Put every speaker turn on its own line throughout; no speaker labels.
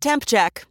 Temp check.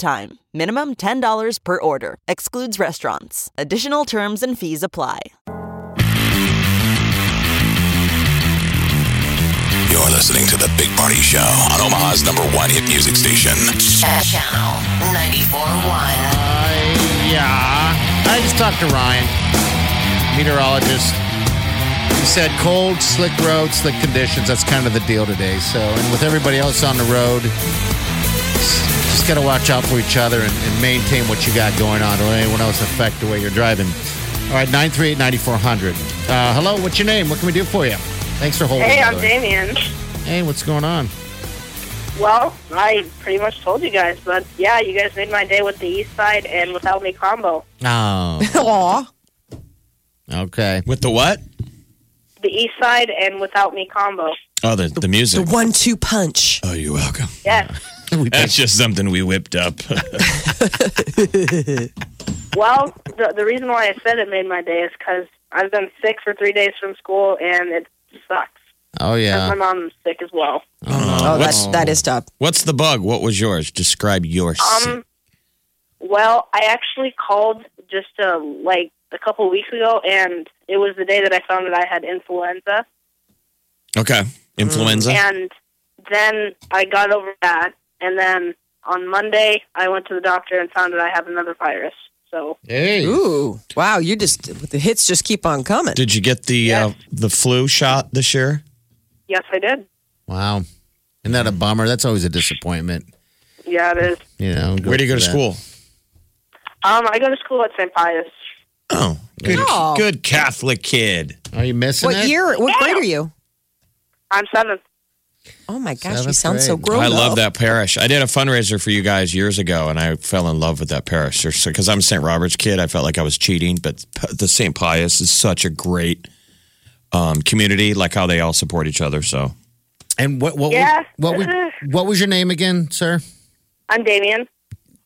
time. Minimum $10 per order. Excludes restaurants. Additional terms and fees apply.
You're listening to The Big Party Show on Omaha's number one hit music station.
Channel 94.1.
Uh, yeah. I just talked to Ryan, meteorologist. He said cold, slick roads, slick conditions. That's kind of the deal today. So, and with everybody else on the road, s- just got to watch out for each other and, and maintain what you got going on. Don't let anyone else affect the way you're driving. All right, 938 9400. Uh, hello, what's your name? What can we do for you? Thanks for holding.
Hey,
by
I'm
the way.
Damien.
Hey, what's going on?
Well, I pretty much told you guys, but yeah, you guys made my day with the East Side and without me combo.
Oh,
Aw.
okay.
With the what?
The East Side and without me combo.
Oh, the, the music.
The one two punch.
oh, you're welcome.
Yes.
We
That's just something we whipped up.
Well, the, the reason why I said it made my day is because I've been sick for three days from school and it sucks.
Oh,
Uh.
And my
yeah.
mom's sick as well.
Oh,
what's,
that's that is tough.
what's the bug? What was yours? Describe your sick-
Um, well, I actually called just uh, like a couple weeks ago, and it was the day that I found that I had influenza.
Okay. Influenza?
And then I got over that. And then on Monday, I went to the doctor and found that I have another virus. So
Hey.
Ooh, wow! You just the hits just keep on coming.
Did you get the uh,
Yes.
the flu shot this year?
yes, I did.
Wow. Isn't that a bummer? That's always a disappointment.
Yeah, it is.
You know,
Where do you go to
through
school?
Um, I go to school at St. Pius.
Oh, good,
Oh.
good Catholic kid.
that. Are you missing
What
it?
year? What grade are you?
I'm seventh.
Oh my gosh, you
Seventh
sound so
grade.
grown.
I love
up.
that parish. I did a fundraiser for you guys years ago, and I fell in love with that parish. Because I'm a St. Robert's kid, I felt like I was cheating, but p- the St. Pius is such a great um, community, like how they all support each other. So,
And what what
Yeah.
what, was, what was your name again, sir?
I'm Damien.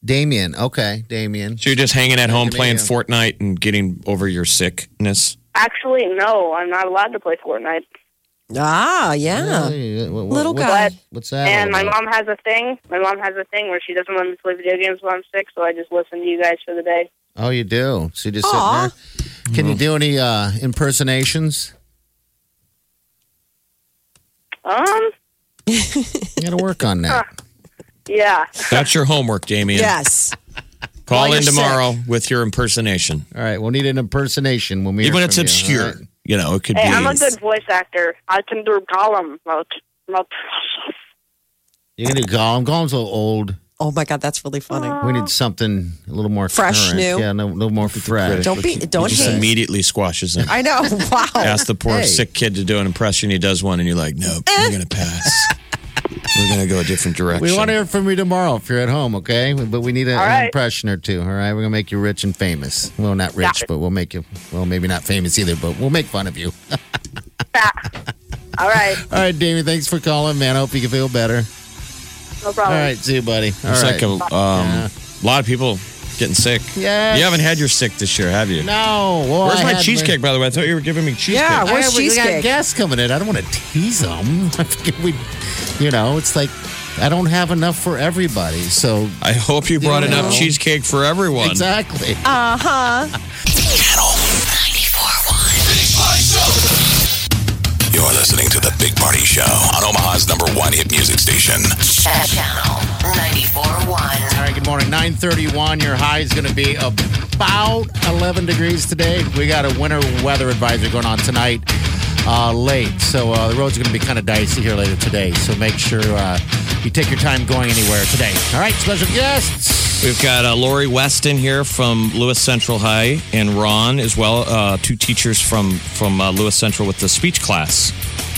Damien. Okay, Damien.
so you're just hanging at home
Good to
playing
meet you.
Fortnite and getting over your sickness.
Actually, no, I'm not allowed to play Fortnite.
Ah, yeah.
Hey, what- what-
Little
what-
guy.
What's that?
And
all
my
about?
mom has a thing. My mom has a thing where she doesn't let me play video games when I'm sick, so I just listen to you guys for the day.
Oh, you do. So you just
Aw.
sitting there.
Mm-hmm.
Can you do any uh, impersonations?
Um,
You got to work on that.
yeah.
That's your homework, Damien.
Yes.
Call
While
in
you're
tomorrow with your impersonation,
All right, we'll need an impersonation when we.
even
hear
if it's
from you, all
obscure.
right?
You know, it could
Hey,
be.
I'm a good voice actor. I can do Gollum. Mouth- mouth-
You can do Gollum. Gollum's a little old.
Oh my god, that's really funny.
We need something a little more
Fresh,
current.
new.
Yeah, no, a little more fresh.
Don't be. Don't
just
hate.
immediately squashes them.
I know. Wow.
ask the poor
Hey.
sick kid to do an impression. He does one, and you're like, nope, we're gonna pass. we're gonna go a different direction.
We want to hear from you tomorrow if you're at home, okay? But we need a,
All
an
right.
impression or two. All right, we're gonna make you rich and famous. Well, not rich, but we'll make you. Well, maybe not famous either, but we'll make fun of you.
All right.
All right, Damien, thanks for calling, man. I hope you can feel better.
No
All
problem.
right, see you, buddy. All
It's
right.
like a um, lot of people getting sick.
Yes.
you haven't had your sick this year, have you?
no. Well, I
Where's my
had
cheesecake, by the way? I thought you were giving me Ah, cheesecake.
Yeah,
I
where's
have- we got
cheesecake?
guests coming in. I don't want to tease them. I think we, you know, it's like I don't have enough for everybody. So
I hope you brought
You know.
enough cheesecake for everyone.
exactly.
Uh huh.
Channel 94.1.
You're listening to The Big Party Show on Omaha's number one hit music station.
Channel 94.1.
All right, good morning. 931. Your high is going to be about 11 degrees today. We got a winter weather advisory going on tonight uh, late. So uh, the roads are going to be kind of dicey here later today. So make sure uh, you take your time going anywhere today. All right, special guests.
We've got uh, Lori Weston here from Lewis Central High, and Ron as well, uh, two teachers from from uh, Lewis Central with the speech class.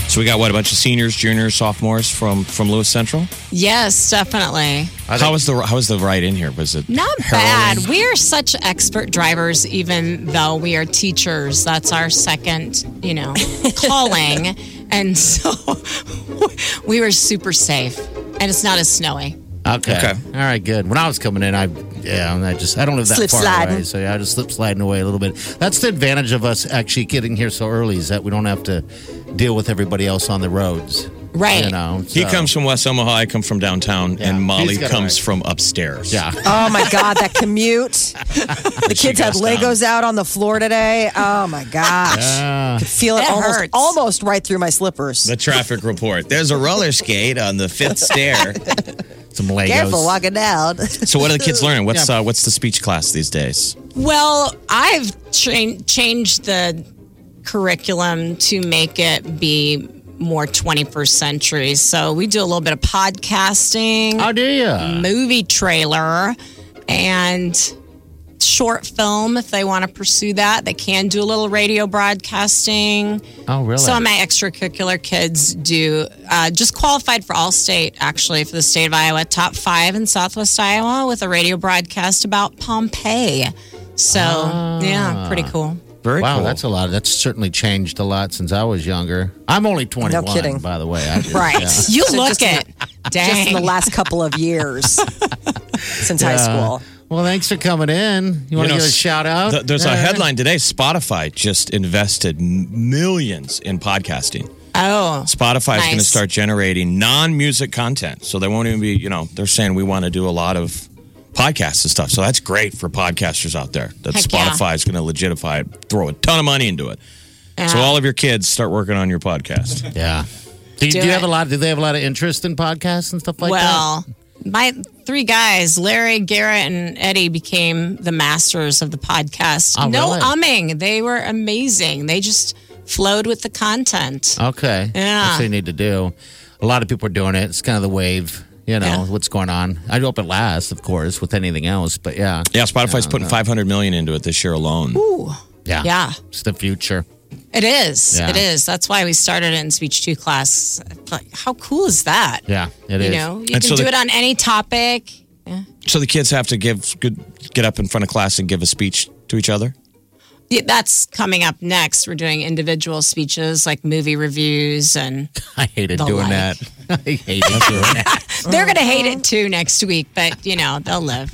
So we got what a bunch of seniors, juniors, sophomores from from Lewis Central.
Yes, definitely.
How was the how was the ride in here? Was it
Not
harrowing?
bad. We are such expert drivers, even though we are teachers. That's our second, you know, calling. And so we were super safe. And it's not as snowy.
Okay.
Okay.
All right. Good. When I was coming in, I yeah, and I just I don't live that
Slip
far
sliding.
away, so yeah, I just slip sliding away a little bit. That's the advantage of us actually getting here so early is that we don't have to deal with everybody else on the roads.
Right.
You know.
He
so-
comes from West Omaha. I come from downtown,
Yeah.
and Molly
He's got a
comes
ride.
from upstairs.
Yeah.
Oh my God, that commute. The kids had
goes down.
Legos out on the floor today. Oh my gosh.
Ah.
Could feel it
That
almost,
hurts.
almost right through my slippers.
The traffic report. There's a roller skate on the fifth stair.
Some Legos.
Careful walking down.
So what are the kids learning? What's uh, what's the speech class these days?
Well, I've cha- changed the curriculum to make it be more 21st century. So we do a little bit of podcasting,
How Oh, do you?
movie trailer, and short film if they want to pursue that. They can do a little radio broadcasting.
Oh, really?
Some of my extracurricular kids do uh, just qualified for all state, actually, for the state of Iowa, top five in Southwest Iowa with a radio broadcast about Pompeii. So, yeah,
Ah.
pretty cool.
Very
Wow,
cool.
that's a lot. That's certainly changed a lot since I was younger. I'm only 21,
kidding.
by the way. I just-
Right.
yeah.
You
So
look
just in
it. Dang.
Just in the last couple of years since high school.
Well, thanks for coming in. You want to
know,
give a shout out?
th- there's a
Uh,
headline today. Spotify just invested m- millions in podcasting.
oh,
Spotify's
Nice.
going to start generating non-music content, so they won't even be. You know, they're saying we want to do a lot of podcasts and stuff. So that's great for podcasters out there. That
Heck yeah.
Spotify is going to legitify it, throw a ton of money into it. So all of your kids start working on your podcast.
Yeah. Do, you, do
Do
you have a
it.
lot? Do they have a lot of interest in podcasts and stuff like
well, uh, my three guys, Larry, Garrett, and Eddie, became the masters of the podcast.
Oh,
no
really?
umming. They were amazing. They just flowed with the content.
that? Okay.
Yeah.
That's what you need to do. A lot of people are doing it. It's kind of the wave, you know,
Yeah.
what's going on. I hope it lasts, of course, with anything else, but yeah.
Yeah, Spotify's
Oh,
putting 500 million into it this year alone.
Yeah.
Yeah.
It's the future.
It is.
Yeah.
It is. That's why we started it in speech two class. Like, how cool is that?
Yeah. It is.
you know, you
And
can
so
do
the-
it on any topic.
So the kids have to give good, get up in front of class and give a speech to each other.
Yeah, that's coming up next. We're doing individual speeches like movie reviews, and
I hated
The
doing
like.
that. I hated doing that.
they're going to hate it too next week, but you know, they'll live.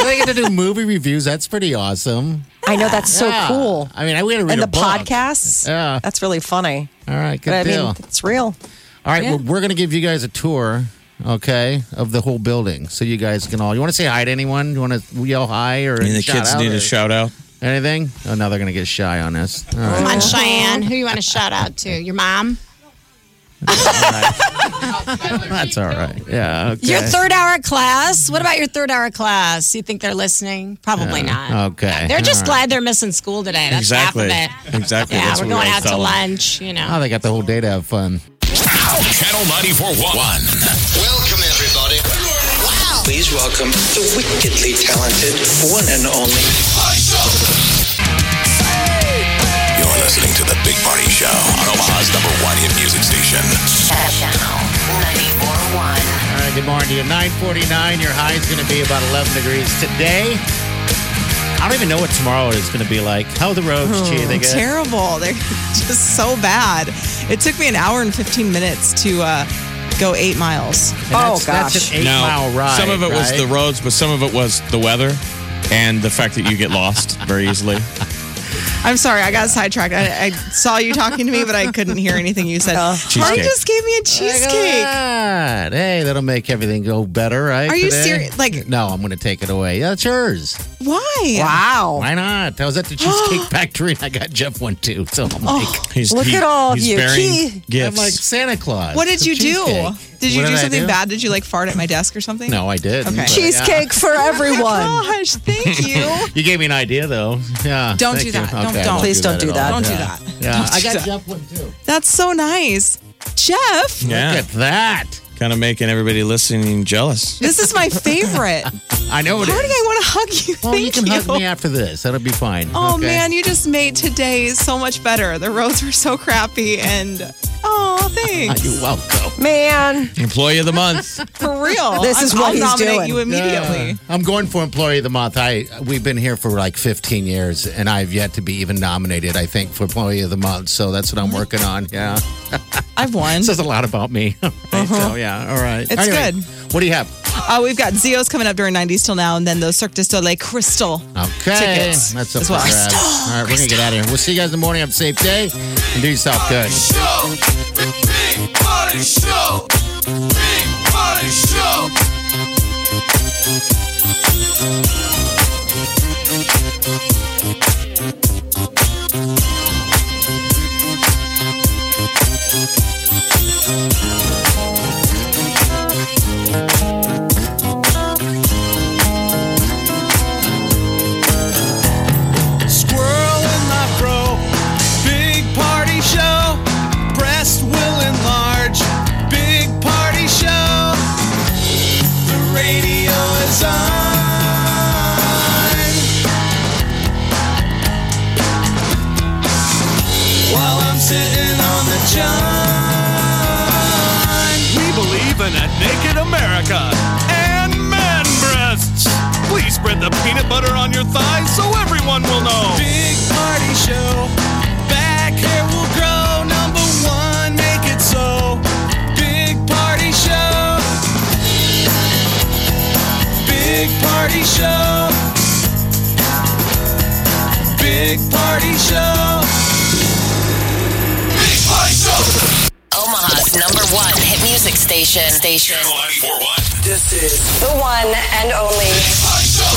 I get to do movie reviews. That's pretty awesome.
I know that's
Oh,
so
Yeah.
cool.
I mean, I we had to read
And
a
the
book.
podcasts.
Yeah.
That's really funny.
All right, good
But I
deal.
mean, it's real.
All right, well, we're going to give you guys a tour, okay, of the whole building, so you guys can all. You want to say hi to anyone? You want to yell hi or
I mean, the
shout
kids
out
need
or
a shout out.
Anything? Oh, now they're going to get shy on us. All right.
Come on, Cheyenne. Who you want to shout out to? Your mom?
That's all right. Yeah. Okay.
Your third hour class? What about your third hour class? You think they're listening? Probably not.
Okay.
They're just
all right.
glad they're missing school today. That's
Exactly.
half of it.
Exactly.
Yeah,
That's
we're
what
going
we
out to
tell them.
lunch, you know.
Oh, they got the whole day to have fun.
Channel 94.1.
Welcome, everybody. Wow. Please welcome the wickedly talented one and only.
You're listening to The Big Party Show on Omaha's number one hit music station.
Channel 94.1.
All right. Good morning to you. 9:49. Your high is going to be about 11 degrees today. I don't even know what tomorrow is going to be like. How are the roads, Chi? They good?
Oh, terrible. They're just so bad. It took me an hour and 15 minutes to uh, go eight miles.
And that's-
Oh,
That's
gosh.
an eight mile ride.
some of it was
right?
the roads, but some of it was the weather and the fact that you get lost very easily.
I'm sorry, I got sidetracked. I, I saw you talking to me, but I couldn't hear anything you said. Marty
Cheesecake.
just gave me a
Look at
cheesecake.
that. Hey, that'll make everything go better, right?
Are you
today?
serious? Like-
no, I'm going to take it away. Yeah, it's yours.
Why?
Wow.
Why not? I was at the Cheesecake Factory and I got Jeff one too. So I'm
Oh.
like,
He's,
Look at all
he's
you.
bearing
Gee.
gifts.
I'm like Santa Claus.
What did
It's a
you do?
cheesecake.
Did you
What
do
I
something bad? Did you like fart at my desk or something?
No, I did.
Okay.
Cheesecake for everyone.
Gosh, thank you.
You gave me an idea though. Yeah.
Don't
thank
do
you.
that. Don't-
Okay, I
don't.
won't
Please don't do
at
that.
all.
Don't do
Yeah.
that.
Yeah.
Don't do
I got
that.
Jeff one too.
That's so nice. Jeff,
yeah.
Look at that.
Kind of making everybody listening jealous.
This is my favorite.
I know it
How
is.
do I want to hug you?
Well,
Thank
you can hug me after this. That'll be fine.
Oh
Okay.
man, you just made today so much better. The roads were so crappy, and oh, thanks.
Ah, You're welcome.
Man,
Employee of the month.
For real,
This is
I'll-
what
I'll
he's
nominate
doing.
You immediately.
I'm going for employee of the month. I we've been here for like 15 years, and I've yet to be even nominated. I think for employee of the month, so that's what I'm working on. Yeah,
I've won.
says a lot about me. All right, So yeah, all right.
Uh-huh. It's
Anyway,
good.
What do you have?
Uh, we've got Zio's coming up during '90s till now, and then the Cirque du Soleil Crystal.
Okay,
Tickets
that's up
as
for
well.
grabs. All right, we're gonna get out of here. We'll see you guys in the morning. Have a safe day, and do yourself good.
Show. Big Party Show. Big Party Show.
Squirrel in my fro. Big party show. Breast will enlarge. Big party show. The radio is on. While I'm sitting on the john. We believe in a naked America and man breasts. Please spread the peanut butter on your thighs so everyone will know. Big party show. Back hair will grow. Number one, make it so. Big party show. Big party show. Big party show.
Big Party Show.
Omaha's number one hit music station. Station.
Channel 94.1. This is
The one and only.
Party Show.